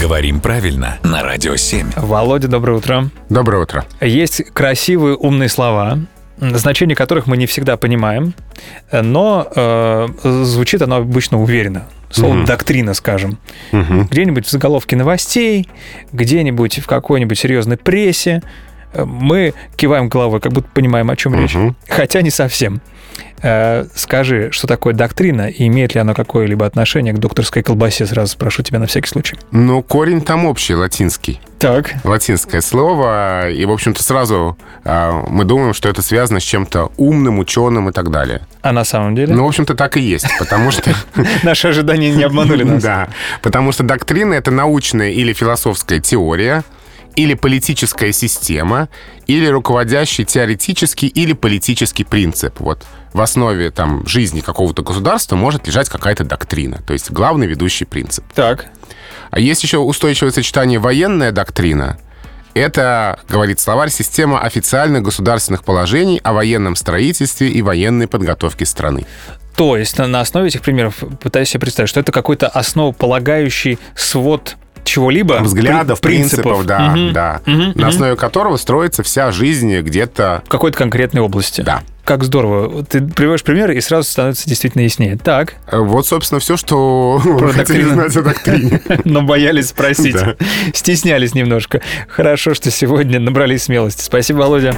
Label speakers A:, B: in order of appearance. A: Говорим правильно на Радио 7.
B: Володя, доброе утро.
C: Доброе утро.
B: Есть красивые умные слова, значение которых мы не всегда понимаем, но э, звучит оно обычно уверенно. Слово доктрина, скажем.
C: Мгм.
B: Где-нибудь в заголовке новостей, где-нибудь в какой-нибудь серьезной прессе э, мы киваем головой, как будто понимаем, о чем речь.
C: Мгм.
B: Хотя не совсем. Э, скажи, что такое доктрина и имеет ли оно какое-либо отношение к докторской колбасе? Сразу спрошу тебя на всякий случай.
C: Ну, корень там общий, латинский.
B: Так.
C: Латинское слово. И, в общем-то, сразу а, мы думаем, что это связано с чем-то умным, ученым и так далее.
B: А на самом деле?
C: Ну, в общем-то, так и есть, потому что...
B: Наши ожидания не обманули нас.
C: Да, потому что доктрина — это научная или философская теория, или политическая система, или руководящий теоретический или политический принцип. Вот в основе там, жизни какого-то государства может лежать какая-то доктрина, то есть главный ведущий принцип.
B: Так.
C: А есть еще устойчивое сочетание «военная доктрина». Это, говорит словарь, система официальных государственных положений о военном строительстве и военной подготовке страны.
B: То есть на, на основе этих примеров пытаюсь себе представить, что это какой-то основополагающий свод чего-либо.
C: Взглядов,
B: при-
C: принципов, да,
B: Мгм.
C: да.
B: Мгм, мгм.
C: На основе которого строится вся жизнь где-то...
B: В какой-то конкретной области.
C: Да.
B: Как здорово. Вот Ты приводишь пример, и сразу становится действительно яснее. Так,
C: Э, Вот, собственно, все, что вы хотели
B: доктрину.
C: знать о доктрине.
B: но боялись спросить.
C: Да.
B: Стеснялись немножко. Хорошо, что сегодня набрались смелости. Спасибо, Володя.